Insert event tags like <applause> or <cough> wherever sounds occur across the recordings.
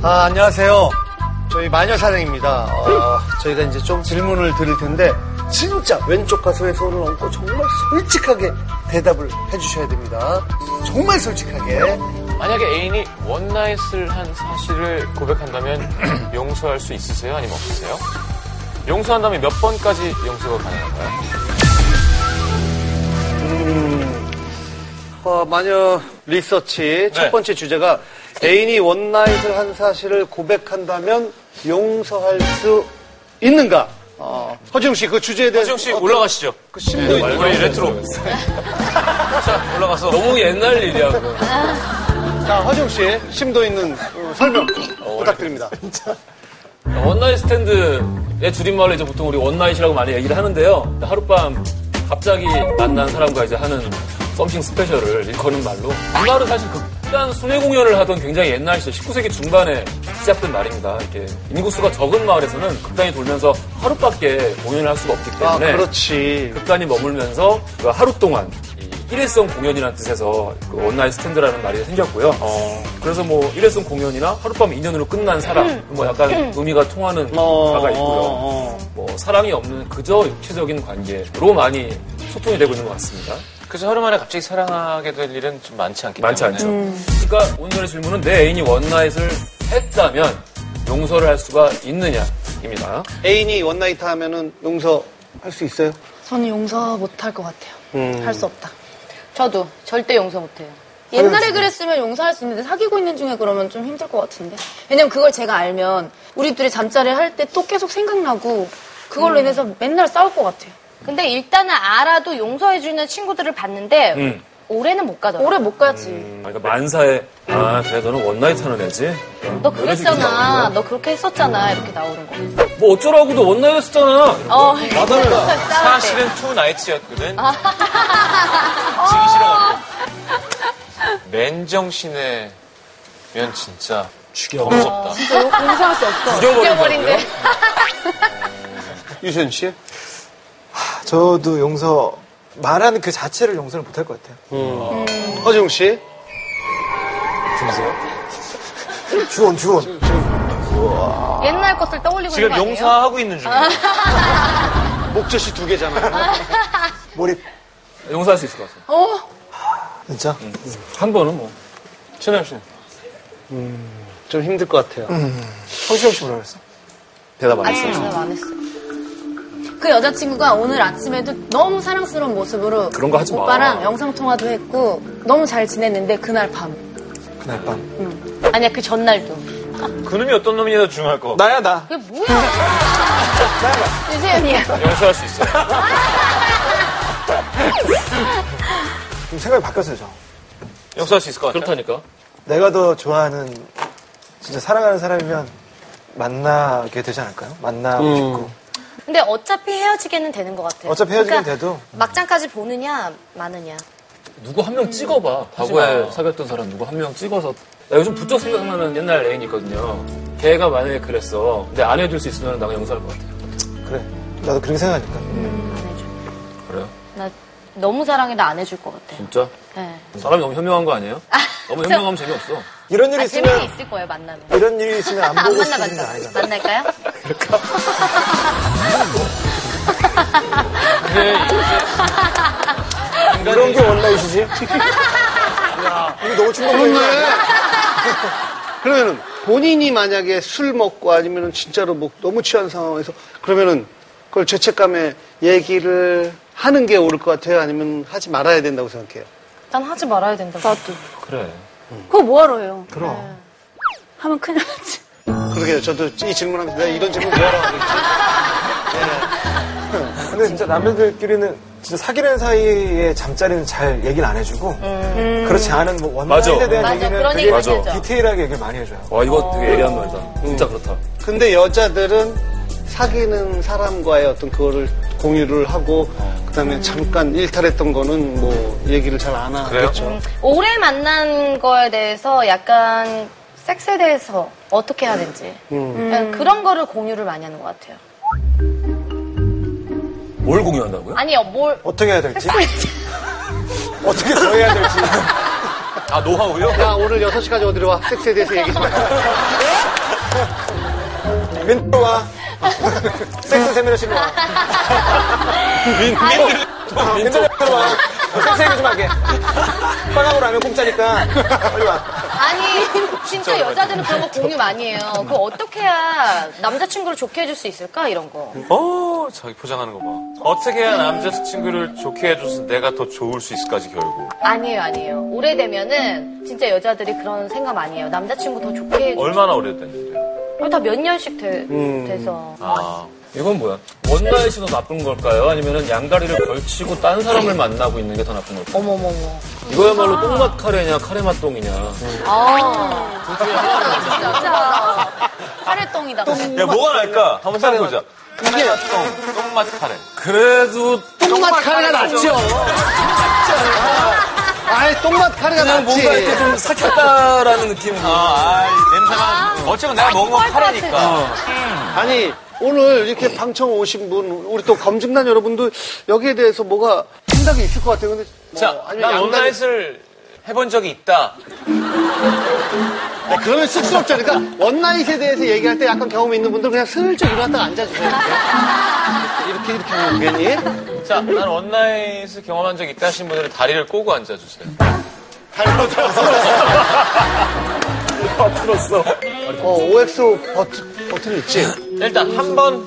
아, 안녕하세요. 저희 마녀사냥입니다. 어, 저희가 이제 좀 질문을 드릴 텐데, 진짜 왼쪽 가슴에 손을 얹고 정말 솔직하게 대답을 해주셔야 됩니다. 정말 솔직하게. 만약에 애인이 원나잇을 한 사실을 <clears throat> 고백한다면 용서할 수 있으세요? 아니면 없으세요? 용서한다면 몇 번까지 용서가 가능한가요? 어, 마녀 리서치 네. 첫 번째 주제가 애인이 원나잇을 한 사실을 고백한다면 용서할 수 있는가? 어, 허지웅 씨 그 주제에 대해서 허지웅 씨 올라가시죠. 네. 그 아, 심도 있는 왜 레트로? 자 올라가서 너무 옛날 일이야, 그거. 자, 허지웅 씨 심도 있는 어, 설명 부탁드립니다. 원나잇 스탠드의 줄임말로 이제 보통 우리 원나잇이라고 많이 얘기를 하는데요. 하룻밤 갑자기 만난 사람과 이제 하는 썸씽 스페셜을 일컫는 말로. 이 말은 사실 극단 순회 공연을 하던 굉장히 옛날 시절 19세기 중반에 시작된 말입니다. 이렇게 인구수가 적은 마을에서는 극단이 돌면서 하룻밖에 공연을 할 수가 없기 네. 때문에. 아, 그렇지. 극단이 머물면서 그 하루 동안 이 일회성 공연이라는 뜻에서 그 온라인 스탠드라는 말이 생겼고요. 어. 그래서 뭐 일회성 공연이나 하룻밤 인연으로 끝난 사랑, 뭐 약간 의미가 통하는 음. 어, 가가 있고요. 어, 어. 뭐 사랑이 없는 그저 육체적인 관계로 많이 소통이 되고 있는 것 같습니다. 그래서 하루 만에 갑자기 사랑하게 될 일은 좀 많지 않기 많지 때문에. 않죠. 음. 음. 그러니까 오늘의 질문은 내 애인이 원나잇을 했다면 용서를 할 수가 있느냐입니다. 어. 애인이 원나잇 하면은 용서할 수 있어요? 저는 용서 못 할 것 같아요. 할 수 없다. 저도 절대 용서 못해요. 사귀었을 옛날에 그랬으면 용서할 수 있는데 사귀고 있는 중에 그러면 좀 힘들 것 같은데. 왜냐면 그걸 제가 알면 우리 둘이 잠자리 할 때 또 계속 생각나고 그걸로 인해서 맨날 싸울 것 같아요. 근데 일단은 알아도 용서해주는 친구들을 봤는데 음. 올해는 못 가더라. 오래 못 가지. 아, 그러니까 만사에 아 그래 너는 원나잇 하는 애지? 너 네. 그랬잖아. 너 그렇게 음. 했었잖아. 이렇게 나오는 거. 뭐 어쩌라고도 원나잇 했었잖아. 아, 어. 사실은 네. 투 나이츠였거든. <laughs> 어. 맨정신에 면 진짜 아, 죽여버렸다. 용서할 수 없어. 죽여버린다고요? 유선 씨? 저도 용서 말하는 그 자체를 용서를 못할 것 같아요. 허지웅 씨? 주원 주원. 옛날 것을 떠올리고 지금 있는 거 아니에요? 용서하고 있는 중이에요. 목젖이 두 개잖아요. 몰입. 용서할 수 있을 것 같아요. 어? 진짜? 한 번은 뭐. 최남 씨는? 좀 힘들 것 같아요. 성시경 씨 뭐라 그랬어? 대답 안 아니, 음. 했어요. 대답 안 했어. 그 여자친구가 오늘 아침에도 너무 사랑스러운 모습으로 그런 거 하지 마. 오빠랑 영상통화도 했고 너무 잘 지냈는데 그날 밤. 음. 그날 밤. 아니야 그 전날도. 그놈이 어떤 놈이냐도 중요할 거. 나야 나. 그게 뭐야? 유세윤이야. 용서할 수 있어요. 뭐- 좀 생각이 바뀌었어요 저. 용서할 수 있을 것 같아요. 그렇다니까. 내가 더 좋아하는 진짜 사랑하는 사람이면 만나게 되지 않을까요? 만나고 싶고. 근데 어차피 헤어지게는 되는 것 같아요. 그러니까 어차피 헤어지긴 돼도. 막장까지 보느냐 마느냐. 누구 한 명 찍어봐. 과거에 사귀었던 사람 누구 한 명 찍어서. 나 요즘 부쩍 생각나는 옛날 애인 있거든요. 걔가 만약에 그랬어. 근데 안 해줄 수 있으면 나가 용서할 것 같아요. 그래. 나도 그렇게 생각하니까. 그래요? 나 너무 사랑해 나 안 해줄 것 같아요. 진짜? 네. 사람이 너무 현명한 거 아니에요? 너무 현명하면 재미없어. 이런 일이 아, 재미는 있으면 있을 거예요 만나면. 아, 이런 일이 있으면 안 <laughs> 안 보고 싶은 게 만나봤죠. <laughs> 아니잖아. 만날까요? 이런 게 원나잇이지? 이게 너무 충격적이야. <laughs> 그러면은 본인이 만약에 술 먹고 아니면은 진짜로 뭐 너무 취한 상황에서 그러면은 그걸 죄책감에 얘기를 하는 게 옳을 것 같아요? 아니면 하지 말아야 된다고 생각해요? 난 하지 말아야 된다고. 나도. 그래. 그거 뭐하러 해요? 그럼. 하면 큰일 나지. 그러게요. 저도 이 질문하면서 내가 이런 질문 뭐하라고 네. 근데 진짜 남자들끼리는 진짜 사귀는 사이에 잠자리는 잘 얘기를 안 해주고 그렇지 않은 뭐 맞아. 원나잇에 음. 대한 맞아, 얘기는 그런 되게 얘기는 해줘. 디테일하게 얘기를 많이 해줘요. 와, 이거 되게 예리한 말이다. 진짜 그렇다. 근데 여자들은 사귀는 사람과의 어떤 그거를 공유를 하고 그다음에 잠깐 일탈했던 거는 뭐 얘기를 잘 안 그렇죠. 하겠죠. 오래 만난 거에 대해서 약간 섹스에 대해서 어떻게 해야 되는지 음. 네, 그런 거를 공유를 많이 하는 것 같아요. 뭘 공유한다고요? 아니요 뭘 어떻게 해야 될지 어떻게 더 해야 될지 아 노하우요? 야 오늘 6시까지 어디로 와? 섹스에 대해서 얘기 좀 해. 민들로 와. 섹스 세미나실로 와. 아, 민, 민들로 와. 섹스 얘기 좀 하게. 빵하고 라면 공짜니까. 빨리 와. <laughs> 아니 진짜 여자들은 그런 거 공유 많이 해요. 그거 어떻게 해야 남자친구를 좋게 해줄 수 있을까 이런 거. 어, 자기 포장하는 거 봐. 어떻게 해야 남자친구를 좋게 해줘서 내가 더 좋을 수 있을까지 결국. 아니에요 아니에요. 오래되면은 진짜 여자들이 그런 생각 많이 해요. 남자친구 더 좋게 해줘. 얼마나 오래됐는데요? 음. 다 몇 년씩 돼, 돼서. 아, 이건 뭐야? 원나잇이 더 나쁜 걸까요? 아니면 양다리를 걸치고 딴 사람을 만나고 있는 게 더 나쁜 걸까요? 어머머머. 이거야말로 똥맛 카레냐 카레맛 똥이냐 아. 진짜. 파래똥이다. 야 뭐가 날까? 그러니까, 한번 생각해보자. 어, 이게 똥맛 카레. 그래도 똥맛 카레가 낫죠. 아예 똥맛 카레가 그냥 낫지. 뭔가 이렇게 좀 삭혔다라는 느낌으로 아, 아 냄새가. 어쨌건 내가 먹은 건 카레니까. 아니 오늘 이렇게 방청 오신 분 우리 또 검증단 여러분도 여기에 대해서 뭐가 생각이 있을 것 같아요. 근데 뭐 자, 아니면 난 양다리- 온라인을 해본 적이 있다. 네, 그러면 쑥스럽죠. 그러니까 원나잇에 대해서 얘기할 때 약간 경험이 있는 분들 그냥 슬쩍 일어났다가 앉아주세요. 이렇게 이렇게 하면 괜히 자, 난 온라인을 경험한 적이 있다 하신 분들은 다리를 꼬고 앉아주세요. 어, OXO 버튼, 버튼 있지. 일단 한 번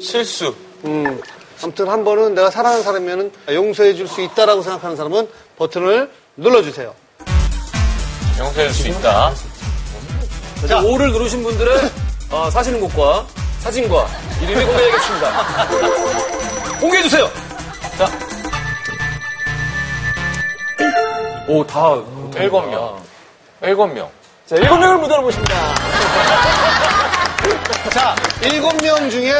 실수. 음. 아무튼 한 번은 내가 사랑하는 사람이면 용서해 줄 수 있다라고 생각하는 사람은 버튼을 눌러주세요. 용서할 수 있다. 자, 5를 누르신 분들은 어, 사시는 곳과 사진과 이름이 공개되겠습니다. 공개해주세요! 자. 오, 다. 일곱 어. 명. 일곱 명. 자, 일곱 명을 무대로 모십니다. 자, 일곱 명 중에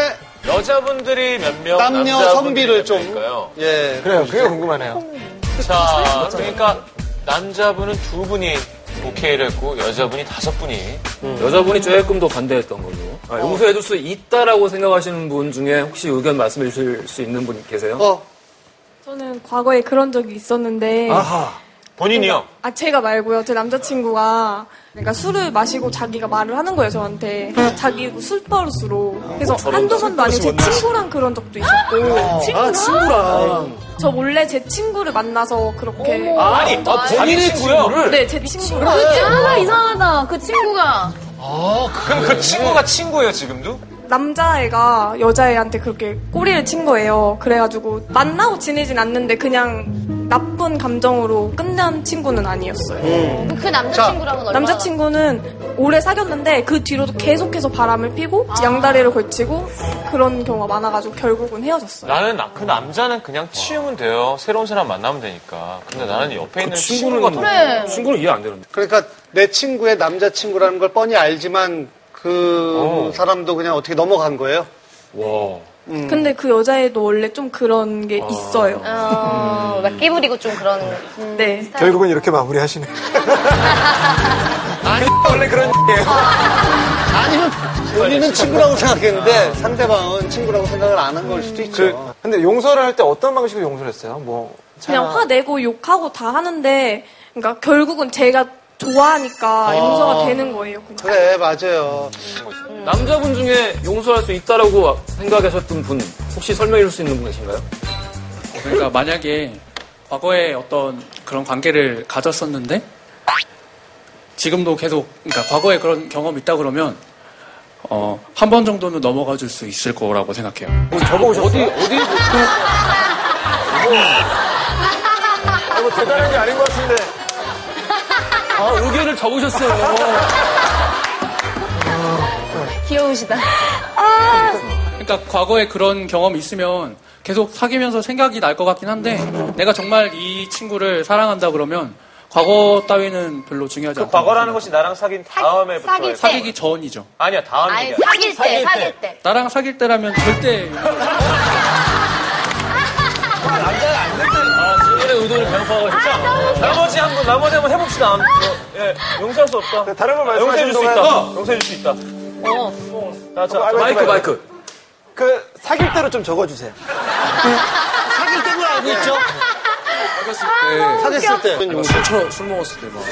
여자분들이 몇 명, 남녀 남자분들이 성비를 몇 좀. 명일까요? 예. 그래요, 그게 궁금하네요. 자, 그러니까 남자분은 두 분이 오케이를 했고 여자분이 다섯 분이 여자분이 조금 더 반대했던 걸로. 아, 용서해줄 수 있다라고 생각하시는 분 중에 혹시 의견 말씀해 주실 수 있는 분 계세요? 어, 저는 과거에 그런 적이 있었는데 본인이요. 아 제가 말고요 제 남자친구가 그러니까 술을 마시고 자기가 말을 하는 거예요 저한테 자기 술 버릇으로 그래서 한두 번도 아니고 제 친구랑 그런 적도 있었고 아, 아, 친구랑? 아, 저 몰래 제 친구를 만나서 그렇게 그러니까. 아니, 본인의 친구요. 네 제 친구랑 아, 이상하다. 그 친구가. 그럼 네. 그 친구가 친구예요 지금도? 남자애가 여자애한테 그렇게 꼬리를 친 거예요 그래가지고 만나고 지내진 않는데 그냥 나쁜 감정으로 끝난 친구는 아니었어요 그 남자친구랑은 얼마나. 남자친구는 오래 사귀었는데 그 뒤로도 계속해서 바람을 피고 양다리를 걸치고 그런 경우가 많아가지고 결국은 헤어졌어요. 나는 나- 그 남자는 그냥 치우면 돼요. 새로운 사람 만나면 되니까. 근데 아, 나는 그 옆에 있는 네. 친구가 더 친구는 이해 안 되는데. 그러니까 내 친구의 남자친구라는 걸 뻔히 알지만 그 사람도 그냥 어떻게 넘어간 거예요? 와. 근데 그 여자애도 원래 좀 그런 게 있어요. 어, 막 끼부리고 좀 그런. 네. 결국은 이렇게 마무리하시네. 아니면 본인은 친구라고 생각했는데 상대방은 친구라고 생각을 안 한 걸 수도 있죠. 근데 용서를 할 때 어떤 방식으로 용서를 했어요? 뭐. 그냥 화내고 욕하고 다 하는데 그러니까 결국은 제가 좋아하니까 용서가 되는 거예요. 그냥. 그래, 맞아요. 남자분 중에 용서할 수 있다라고 생각하셨던 분 혹시 설명해 줄 수 있는 분 계신가요? 그러니까 만약에 과거에 어떤 그런 관계를 가졌었는데 지금도 계속 그러니까 과거에 그런 경험이 있다 그러면 어, 한 번 정도는 넘어가 줄 수 있을 거라고 생각해요. 어디, 어디? 이거 대단한 게 아닌 것 같은데. 아, 의견을 적으셨어요. 귀여우시다. 그러니까 과거에 그런 경험이 있으면 계속 사귀면서 생각이 날 것 같긴 한데 내가 정말 이 친구를 사랑한다 그러면 과거 따위는 별로 그 중요하지 않다. 그 과거라는 것이 나랑 사귄 다음에부터 사귈 해요. 때. 사귀기 전이죠. 아니야 다음 아니, 얘기야. 사귈 때, 사귈 때. 나랑 사귈 때라면 절대 본인의 의도를 변호하고 싶다. 나머지 한 번, 나머지 한 번 해봅시다. <laughs> 어, 예, 용서할 수 없다. 다른 걸 용서해줄 수 말씀하시는 동안. 있다. 용서해줄 수 있다. 어. 나 자, 마이크, 마이크, 마이크. 그, 사귈 때로 좀 적어주세요. 사귈 때는 알고 있죠? 사귀었을 때. 사귀었을 때. 술, 처- 술 먹었을 때 막.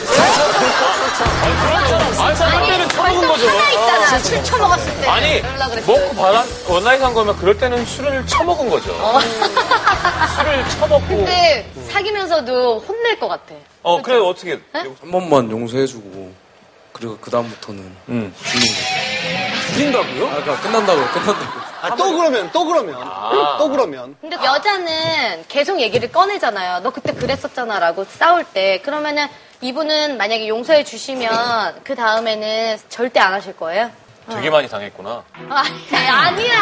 아, 아, 사귈 때는 처먹은 거죠. 어. 있잖아. 술 처먹었을 때. 아니, 그러려고 그랬어요. 먹고 바람, 원나잇 한 거면 그럴 때는 술을 처먹은 거죠. <laughs> 술을 처먹고. 어. 근데 사귀면서도 혼낼 것 같아. 어, 그래, 어떻게. 한 번만 용서해주고 그리고 그 다음부터는 죽는 거. 죽인다고요? 아, 그러니까 끝난다고요. 끝난다고. 아, 또 그러면, 또 그러면. 또 그러면. 근데 여자는 계속 얘기를 꺼내잖아요. 너 그때 그랬었잖아. 라고 싸울 때. 그러면은 이분은 만약에 용서해 주시면 그 다음에는 절대 안 하실 거예요? 되게 많이 당했구나. 아, 아니야.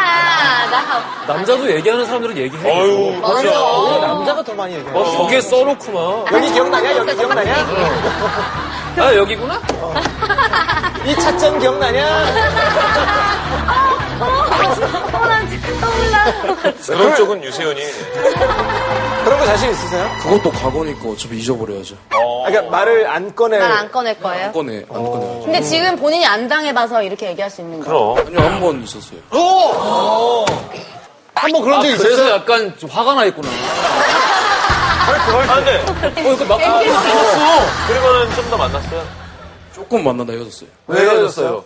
나. 남자도 얘기하는 사람들은 얘기해. 어유 맞아. 그렇죠. 오히려 남자가 더 많이 어? 얘기해. 막 벽에 써놓고만. 여기 기억나냐? 여기 기억나냐? 아, 여기구나? 이 차점 기억나냐? 그런 쪽은 유세윤이. 그런 거 자신 있으세요? 그것도 과거니까 어차피 잊어버려야죠. 아, 그러니까 말을 안 꺼내. 말 안 꺼낼 거예요? 안 꺼내, 안 꺼내. 근데 지금 본인이 안 당해봐서 이렇게 얘기할 수 있는 거예요. 그럼. 아니요, 한 번 있었어요. 한번 그런 적 아, 있어요? 그래서 약간 좀 화가 나 있구나. 아, 근데, 어, 이거 막, 아, 그리고는 좀 더 만났어요. 조금 만나다 헤어졌어요. 왜 헤어졌어요?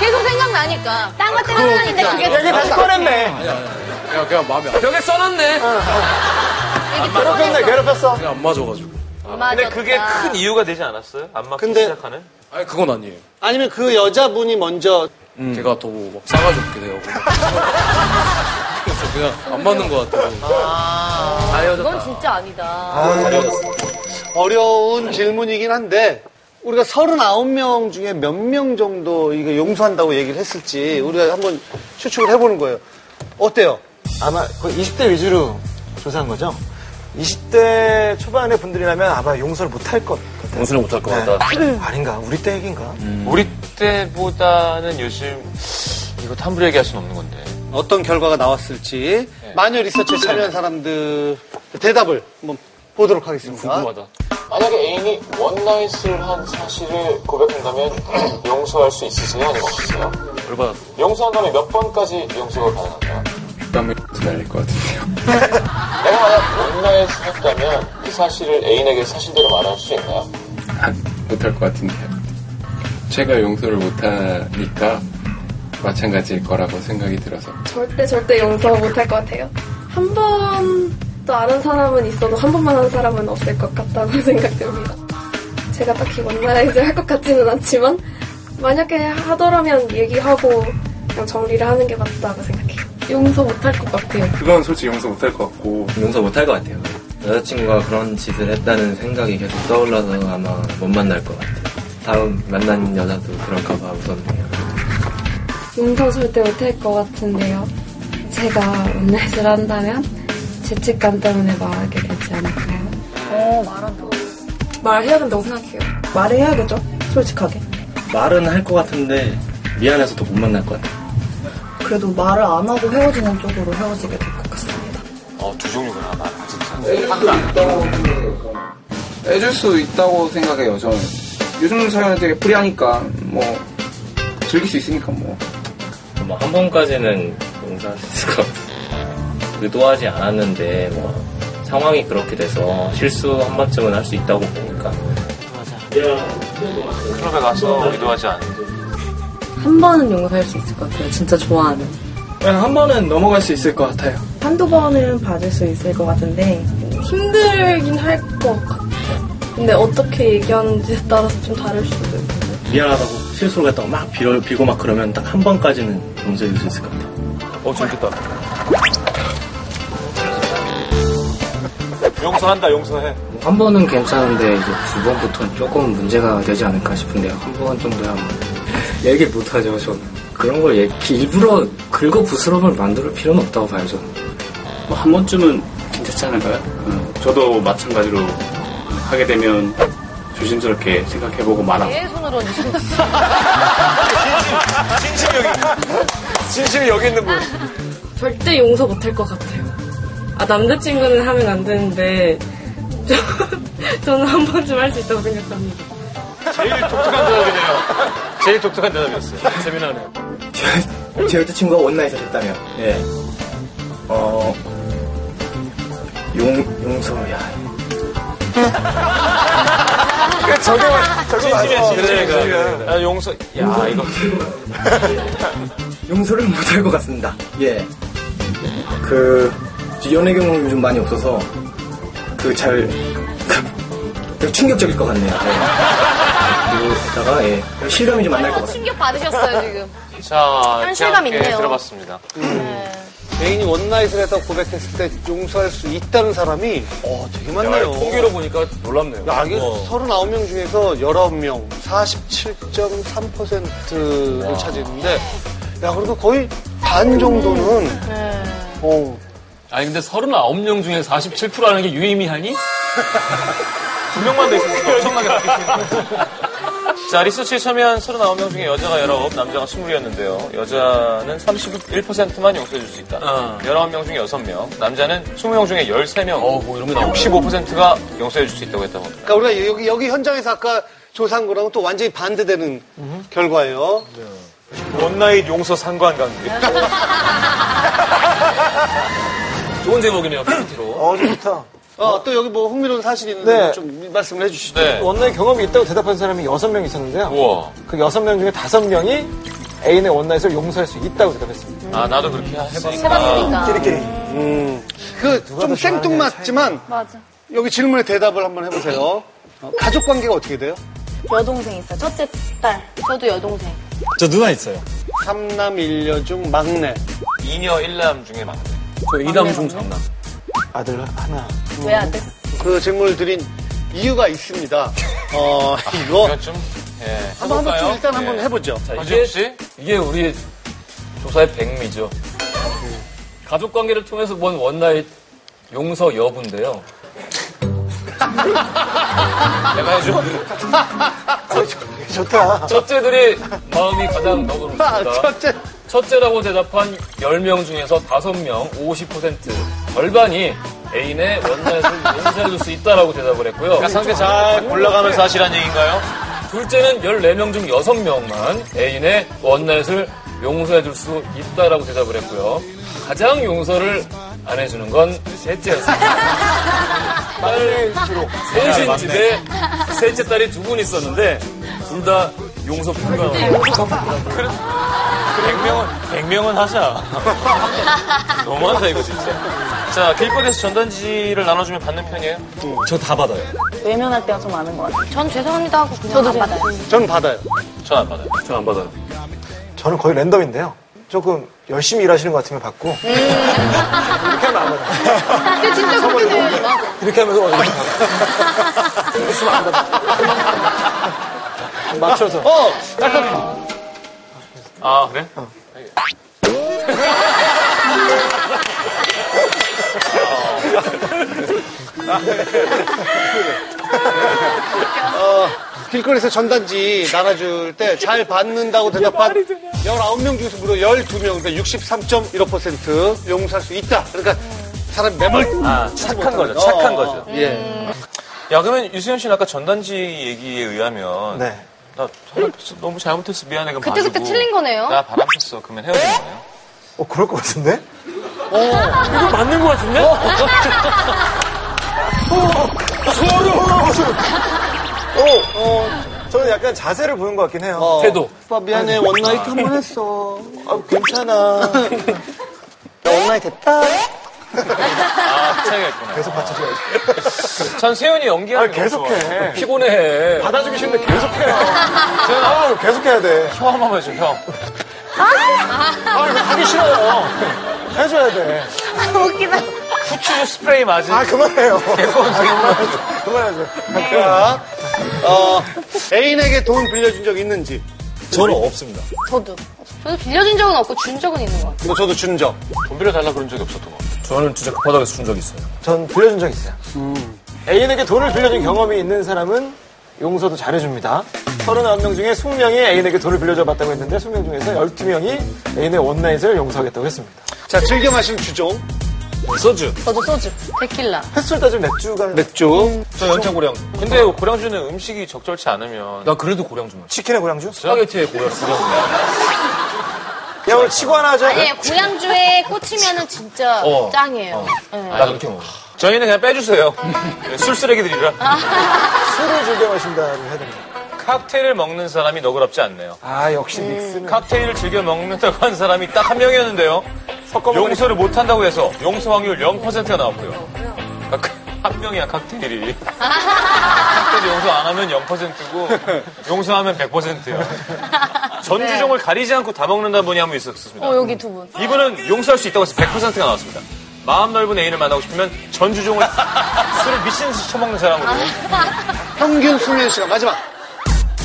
계속 생각나니까. 그러니까. 딴 것 때문에 하는데 그게 여기 다시 꺼냈네. 그냥, 그냥 마음에 안, 벽에 써놨네. 괴롭혔네, 괴롭혔어. 그냥 안 맞아가지고. 근데 그게 큰 이유가 되지 않았어요? 안 맞기 근데- 시작하는? 아니, 그건 아니에요. 아니면 그 여자분이 먼저 음. 걔가 더막 싸가지 없게 되고. 그래서 그냥 안 맞는 것 같아요. 아, 헤어졌다. 그건 진짜 아니다. 어려운 질문이긴 한데 우리가 39명 중에 몇 명 정도 이거 용서한다고 얘기를 했을지 우리가 한번 추측을 해보는 거예요. 어때요? 아마 거의 20대 위주로 조사한 거죠? 20대 초반의 분들이라면 아마 용서를 못할 것 같아요. 용서를 못할 것 같다. 네. 아닌가? 우리 때 얘기인가? 음. 우리 때보다는 요즘, 이거 함부로 얘기할 수는 없는 건데. 어떤 결과가 나왔을지 마녀 리서치에 참여한 사람들 대답을 한번 보도록 하겠습니다. 궁금하다. 만약에 애인이 원나잇을 한 사실을 고백한다면 <clears throat> 용서할 수 있으세요? 아니면 없으세요? 열 받았어. 용서한 다음에 몇 번까지 용서가 가능한가요? 그다음에 날릴 것 같은데요. 내가 만약 원나잇을 했다면 그 사실을 애인에게 사실대로 말할 수 있나요? 못할 것 같은데요. 제가 용서를 못하니까 마찬가지일 거라고 생각이 들어서 절대 절대 용서 못할 것 같아요. 한 번도 아는 사람은 있어도 한 번만 아는 사람은 없을 것 같다고 <laughs> 생각됩니다. 제가 딱히 원나잇을 할 것 같지는 않지만 만약에 하더라면 얘기하고 그냥 정리를 하는 게 맞다고 생각해요. 용서 못할 것 같아요. 그건 솔직히 용서 못할 것 같고 용서 못할 것 같아요. 여자친구가 그런 짓을 했다는 생각이 계속 떠올라서 아마 못 만날 것 같아요. 다음 만난 여자도 그럴까봐 무섭네요. 용서 절대 못할 것 같은데요. 제가 원나잇을 한다면 죄책감 때문에 말하게 되지 않을까요? 어, 말한다. 말해야 된다고 생각해요. 말해야겠죠? 솔직하게. 말은 할 것 같은데 미안해서 더 못 만날 것 같아요. 그래도 말을 안 하고 헤어지는 쪽으로 헤어지게 될 것 같습니다. 어, 두 종류구나. 나 진짜. 해줄 수 있다고 생각해요. 저는 요즘 사연은 되게 프리하니까 뭐 즐길 수 있으니까 뭐 아마 한 번까지는 용서할 수 있을 것 같아요. 의도하지 않았는데 뭐 상황이 그렇게 돼서 실수 한 번쯤은 할 수 있다고 보니까 클럽에 가서 의도하지 않은. 한 번은 용서할 수 있을 것 같아요. 진짜 좋아하는. 그냥 한 번은 넘어갈 수 있을 것 같아요. 한두 번은 봐줄 수 있을 것 같은데 힘들긴 할 것 같아요. 근데 어떻게 얘기하는지에 따라서 좀 다를 수도 있고. 미안하다고 실수를 갖다가 막 빌어, 빌고 막 그러면 딱 한 번까지는 용서해줄 수 있을 것 같아요. 어, 재밌겠다. 용서한다, 용서해. 한 번은 괜찮은데 이제 두 번부터는 조금 문제가 되지 않을까 싶은데요. 한 번 정도야 뭐 얘기 못하죠. 저는 그런 걸 얘기, 일부러 긁어 부스럼을 만들 필요는 없다고 봐요. 저는 뭐한 번쯤은 괜찮지 않을까요? 어, 음. 저도 마찬가지로 하게 되면 조심스럽게 생각해보고 말하고 얘 손으로 지금 진심 여기. 진심이 여기 있는 분. 절대 용서 못할 것 같아요. 아 남자친구는 하면 안 되는데 <laughs> 저, 저는 한 번쯤 할 수 있다고 생각합니다. 제일 독특한 대답이네요. 제일 독특한 대답이었어요. 재미나네. 제 여자친구가 원나잇을 했다면 예. 어... 용, 용서야 그래, 저게, 저거 진심이야, 맞아. 진심이야. 그래, 그래. 야, 네, 용서. 야, 이거. 용서를 <laughs> 못할 것 같습니다. 예. 그, 연애 경험이 좀 많이 없어서, 그 잘, 되게 충격적일 것 같네요. 예. 그러다가, 예. 실감이 좀 안 날 것 같습니다. 충격 받으셨어요 지금. 자, 현실감 이렇게 있네요. 들어봤습니다. 개인이 원나잇을 해서 고백했을 때 용서할 수 있다는 사람이 어, 되게 많네요. 통계로 보니까 놀랍네요. 야, 이게 어. 39명 중에서 19명, 47.3%를 와. 차지했는데, 야, 그래도 거의 반 정도는, 어, 아니 근데 39명 중에 47%라는 게 유의미하니? 두 명만 더 있으면 엄청나게 바뀌었습니다. 자, 리서치에 참여한 39명 중에 여자가 19, 남자가 20이었는데요. 여자는 31%만 용서해줄 수 있다. 19명 중에 6명, 남자는 20명 중에 13명, 65%가 용서해줄 수 있다고 했다고 합니다. 그러니까 우리가 여기, 여기 현장에서 아까 조사한 거랑은 또 완전히 반대되는 결과예요. 원나잇 용서 상관 관계. 아, 좋은 제목이네요, PPT로. 어, 좋다. 어, 또 여기 뭐 흥미로운 사실이 있는데 네. 좀 말씀을 해주시죠. 원나잇 경험이 있다고 대답한 사람이 6명이 있었는데요. 네. 우와. 그 6명 중에 5명이 애인의 원나잇을 용서할 수 있다고 대답했습니다. 아, 나도 그렇게 아, 해봤으니까. 끼리끼리. 음. 그 좀 더 생뚱맞지만 맞아. 여기 질문에 대답을 한번 해보세요. 어, 가족 관계가 어떻게 돼요? 여동생 있어요. 첫째 딸. 저도 여동생. 저 누나 있어요. 삼남 일녀 중 막내. 2녀 1남 중에 많대. 저 이남 중 삼남. 아들 하나. 왜 안 돼? 그 질문을 드린 이유가 있습니다. <laughs> 어, 이거. 예, 예. 한번, 한번 좀 일단 한번 해보죠. 자, 이게, 이게 우리 조사의 백미죠. 가족 관계를 통해서 본 원나잇 용서 여부인데요. 내가 해줘. 좋다. 첫째들이 마음이 가장 너그럽습니다. 첫째. 첫째라고 대답한 10명 중에서 5명, 50%, 절반이 애인의 원나잇을 용서해줄 수 있다라고 대답을 했고요. 그러니까 상대 잘 골라가면서 하시란 얘기인가요? 둘째는 14명 중 6명만 애인의 원나잇을 용서해줄 수 있다라고 대답을 했고요. 가장 용서를 안 해주는 건 셋째였습니다. <laughs> 딸, 아, 셋인 집에 셋째 딸이 두 분 있었는데 둘 다 네, 용서 불가능. 100명은, 100명은 하자. <laughs> 너무한다, 이거 진짜. 자, 길거리에서 전단지를 나눠주면 받는 편이에요? 저 다 받아요. 외면할 때가 좀 많은 것 같아요. <laughs> 전 죄송합니다 하고 그냥 저도 안 받아요. 저는 받아요. 전 안 받아요. 전 안 받아요. 저는 거의 랜덤인데요. 조금 열심히 일하시는 것 같으면 받고. 음. 이렇게 하면 안 받아요. 근데 진짜 그렇게 돼요. 이렇게 하면서 어디 가고. 있으면 안 받아. 맞춰서. 어! 약간. 아, 그래? 어, 길거리에서 전단지 나눠줄 때 잘 받는다고 대답한 19명 중에서 무려 12명, 그러니까 63.15% 용서할 수 있다. 그러니까 사람이 매몰 아, 착한 거죠. 착한 거죠. 예. 야, 그러면 유수현 씨는 아까 전단지 얘기에 의하면. 네. 나 정말 너무 잘못했어. 미안해. 그럼 그때 그때 봐주고. 틀린 거네요. 네? 나 바람 폈어. 그러면 헤어지는 거예요? 어, 그럴 것 같은데? 이거 맞는 것 같은데? 소름! 소름! 어, 어, 저는 약간 자세를 보는 것 같긴 해요. 어. 태도. 오빠 미안해. 원나잇 한번 했어. 아, <laughs> 괜찮아. 야, 원나잇 했다. 네? 아, 차이가 있구나. 계속 받쳐줘야지. 전 세윤이 연기하는 거 좋아해요. 피곤해. 받아주기 싫은데 계속해. 세윤아, 아, 계속해야 돼. 형 한 번만 해줘, 형. 아, 이거 하기 싫어요. 해줘야 돼. 아, 웃기다. 후추 스프레이 맞은. 아, <laughs> 그만해요. 아, 그만해줘. 자, 어, 애인에게 돈 빌려준 적 있는지? 저는 없습니다. 저도. 저도 빌려준 적은 없고 준 적은 있는 것 같아요. 이거 저도 준 적. 돈 빌려달라 그런 적이 없었던 것 같아요. 저는 진짜 급하다고 해서 준 적이 있어요. 전 빌려준 적 있어요. 음. 애인에게 돈을 빌려준 경험이 있는 사람은 용서도 잘해줍니다. 39명 중에 20명이 애인에게 돈을 빌려줘 봤다고 했는데 20명 중에서 12명이 애인의 원나잇을 용서하겠다고 했습니다. 자, 즐겨 마시는 주종. 소주. 저도 소주. 데킬라. 횟수를 따지면 네 맥주가. 맥주. 저 연차 고량. 근데 고량주는 음식이 적절치 않으면. 나 그래도 고량주 먹어. 치킨의 고량주? 스파게티의 고량주. 야, 오늘 치고 하나 하자. 아니, 고양주에 예, 꽂히면은 진짜 어. 짱이에요. 네. 나 그렇게 먹어. 저희는 그냥 빼주세요. 아. 네, 술 쓰레기들이라. 술을 즐겨마신다를 해야 됩니다. 칵테일을 먹는 사람이 너그럽지 않네요. 아 역시 믹스는 칵테일을 즐겨 먹는다고 한 사람이 딱 한 명이었는데요. 용서를 못한다고 해서 용서 확률 0%가 나왔고요. 그러니까 한 명이야 칵테일이. 칵테일 용서 안 하면 0%고 용서하면 100%야. 전주종을 가리지 않고 다 먹는다 분이 한 분 있었습니다. 네. 어, 여기 두 분. 이분은 용서할 수 있다고 해서 100%가 나왔습니다. 마음 넓은 애인을 만나고 싶으면 <laughs> 전주종을 술을 미친 듯이 처먹는 사람으로 아. 평균 수면 시간 마지막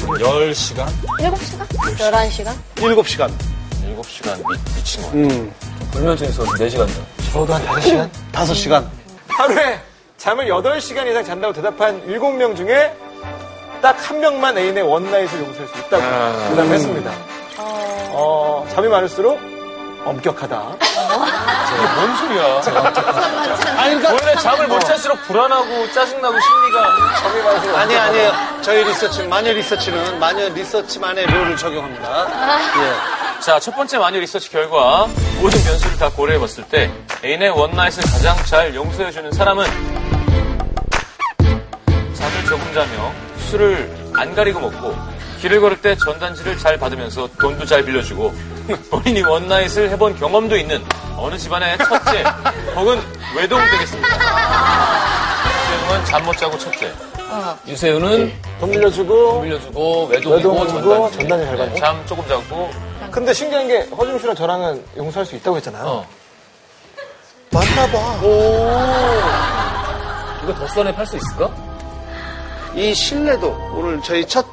10시간? 7시간? 11시간? 7시간. 7시간 미, 친것 같아요. 음. 불면증에서 4시간 요 저도 한 5시간? 5시간. 하루에 잠을 8시간 이상 잔다고 대답한 7명 중에 딱 한 명만 애인의 원나잇을 용서할 수 있다고 아. 대답했습니다. 어, 잠이 많을수록 엄격하다. 뭔 소리야? 아니, 그러니까- 원래 잠을 못 잘수록 불안하고 짜증나고 심리가 아니 아니에요. 저희 리서치 마녀 리서치는 마녀 리서치만의 룰을 적용합니다. 자, 첫 번째 마녀 리서치 결과 모든 변수를 다 고려해봤을 때 애인의 원나잇을 가장 잘 용서해주는 사람은 잠을 조금 자며 술을 안 가리고 먹고 길을 걸을 때 전단지를 잘 받으면서 돈도 잘 빌려주고 <laughs> 본인이 원나잇을 해본 경험도 있는 어느 집안의 첫째 혹은 외동 되겠습니다. 유세윤은 잠 못 자고 첫째. 유세윤은 돈 빌려주고 돈 빌려주고 외동이고 뭐 외동이고 전단지. 전단이 잘 받고. 잠 조금 자고 근데 신기한 게 허준 씨랑 저랑은 용서할 수 있다고 했잖아요. 어. 만나봐. 이거 더 써내 팔 수 있을까? 이 신뢰도 오늘 저희 첫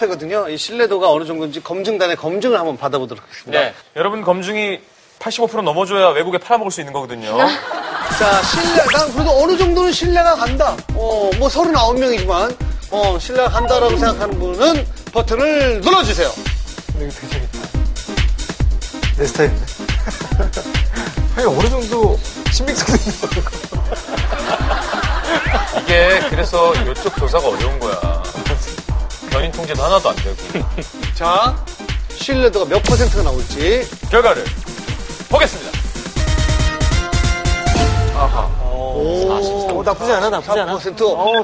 회거든요. 이 신뢰도가 어느 정도인지 검증단의 검증을 한번 받아보도록 하겠습니다. 네. 여러분 검증이 85% 넘어줘야 외국에 팔아먹을 수 있는 거거든요. 자 신뢰가 그래도 어느 정도는 신뢰가 간다. 어뭐 39명이지만 어 신뢰가 간다라고 생각하는 분은 버튼을 눌러주세요. 근데 이거 되게 재밌다. 내 스타일인데. 아니, 어느 정도 신빙성이 있는 거예요? <laughs> 이게 그래서 이쪽 조사가 어려운 거야. 견인 통제도 하나도 안 되고. 자 신뢰도가 몇 퍼센트가 나올지 결과를 보겠습니다. 어, 오, 나쁘지 않아, 나쁘지 않아. 네. 4%. 어,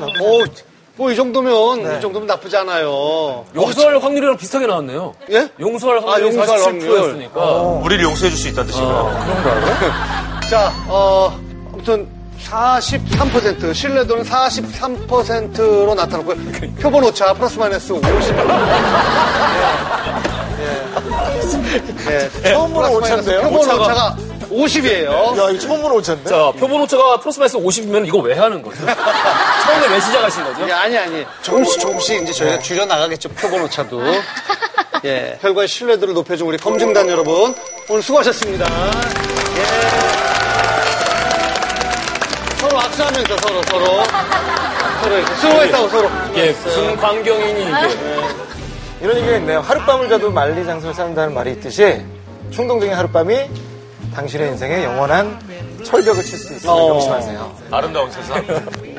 뭐이 정도면 이 정도면 나쁘지 않아요. 용서할 확률이랑 비슷하게 나왔네요. 예? 용서할 아, 확률이 어. 용서할 47%였으니까. 우리를 용서해줄 수 있다는 뜻인가요? 자, 어, 아무튼 43% 신뢰도는 43%로 나타났고요. 표본 오차 플러스 마이너스 50. 예. 예. 처음 보는 플러스 마이너스 오차인데요? 표본 오차가. 오차가 50이에요. 야, 이거 처음 보는 오차인데? 자, 표본 오차가 플러스 마이너스 50이면 이거 왜 하는 거죠? <laughs> 처음에 왜 시작하신 거죠? 예, 아니, 아니. 조금씩 조금씩 이제 저희가 줄여 나가겠죠. 표본 오차도. <laughs> 예. 결과의 신뢰도를 높여준 우리 검증단 여러분, 오늘 수고하셨습니다. 예. 서로 악수하면서 서로 서로 서로 이렇게 수고했다고 서로. 이게 무슨 광경이니 이게. 이런 얘기가 있네요. 하룻밤을 자도 만리장성을 쌓는다는 말이 있듯이 충동적인 하룻밤이 당신의 인생에 영원한 철벽을 칠 수 있음을 명심하세요. 아름다운 세상.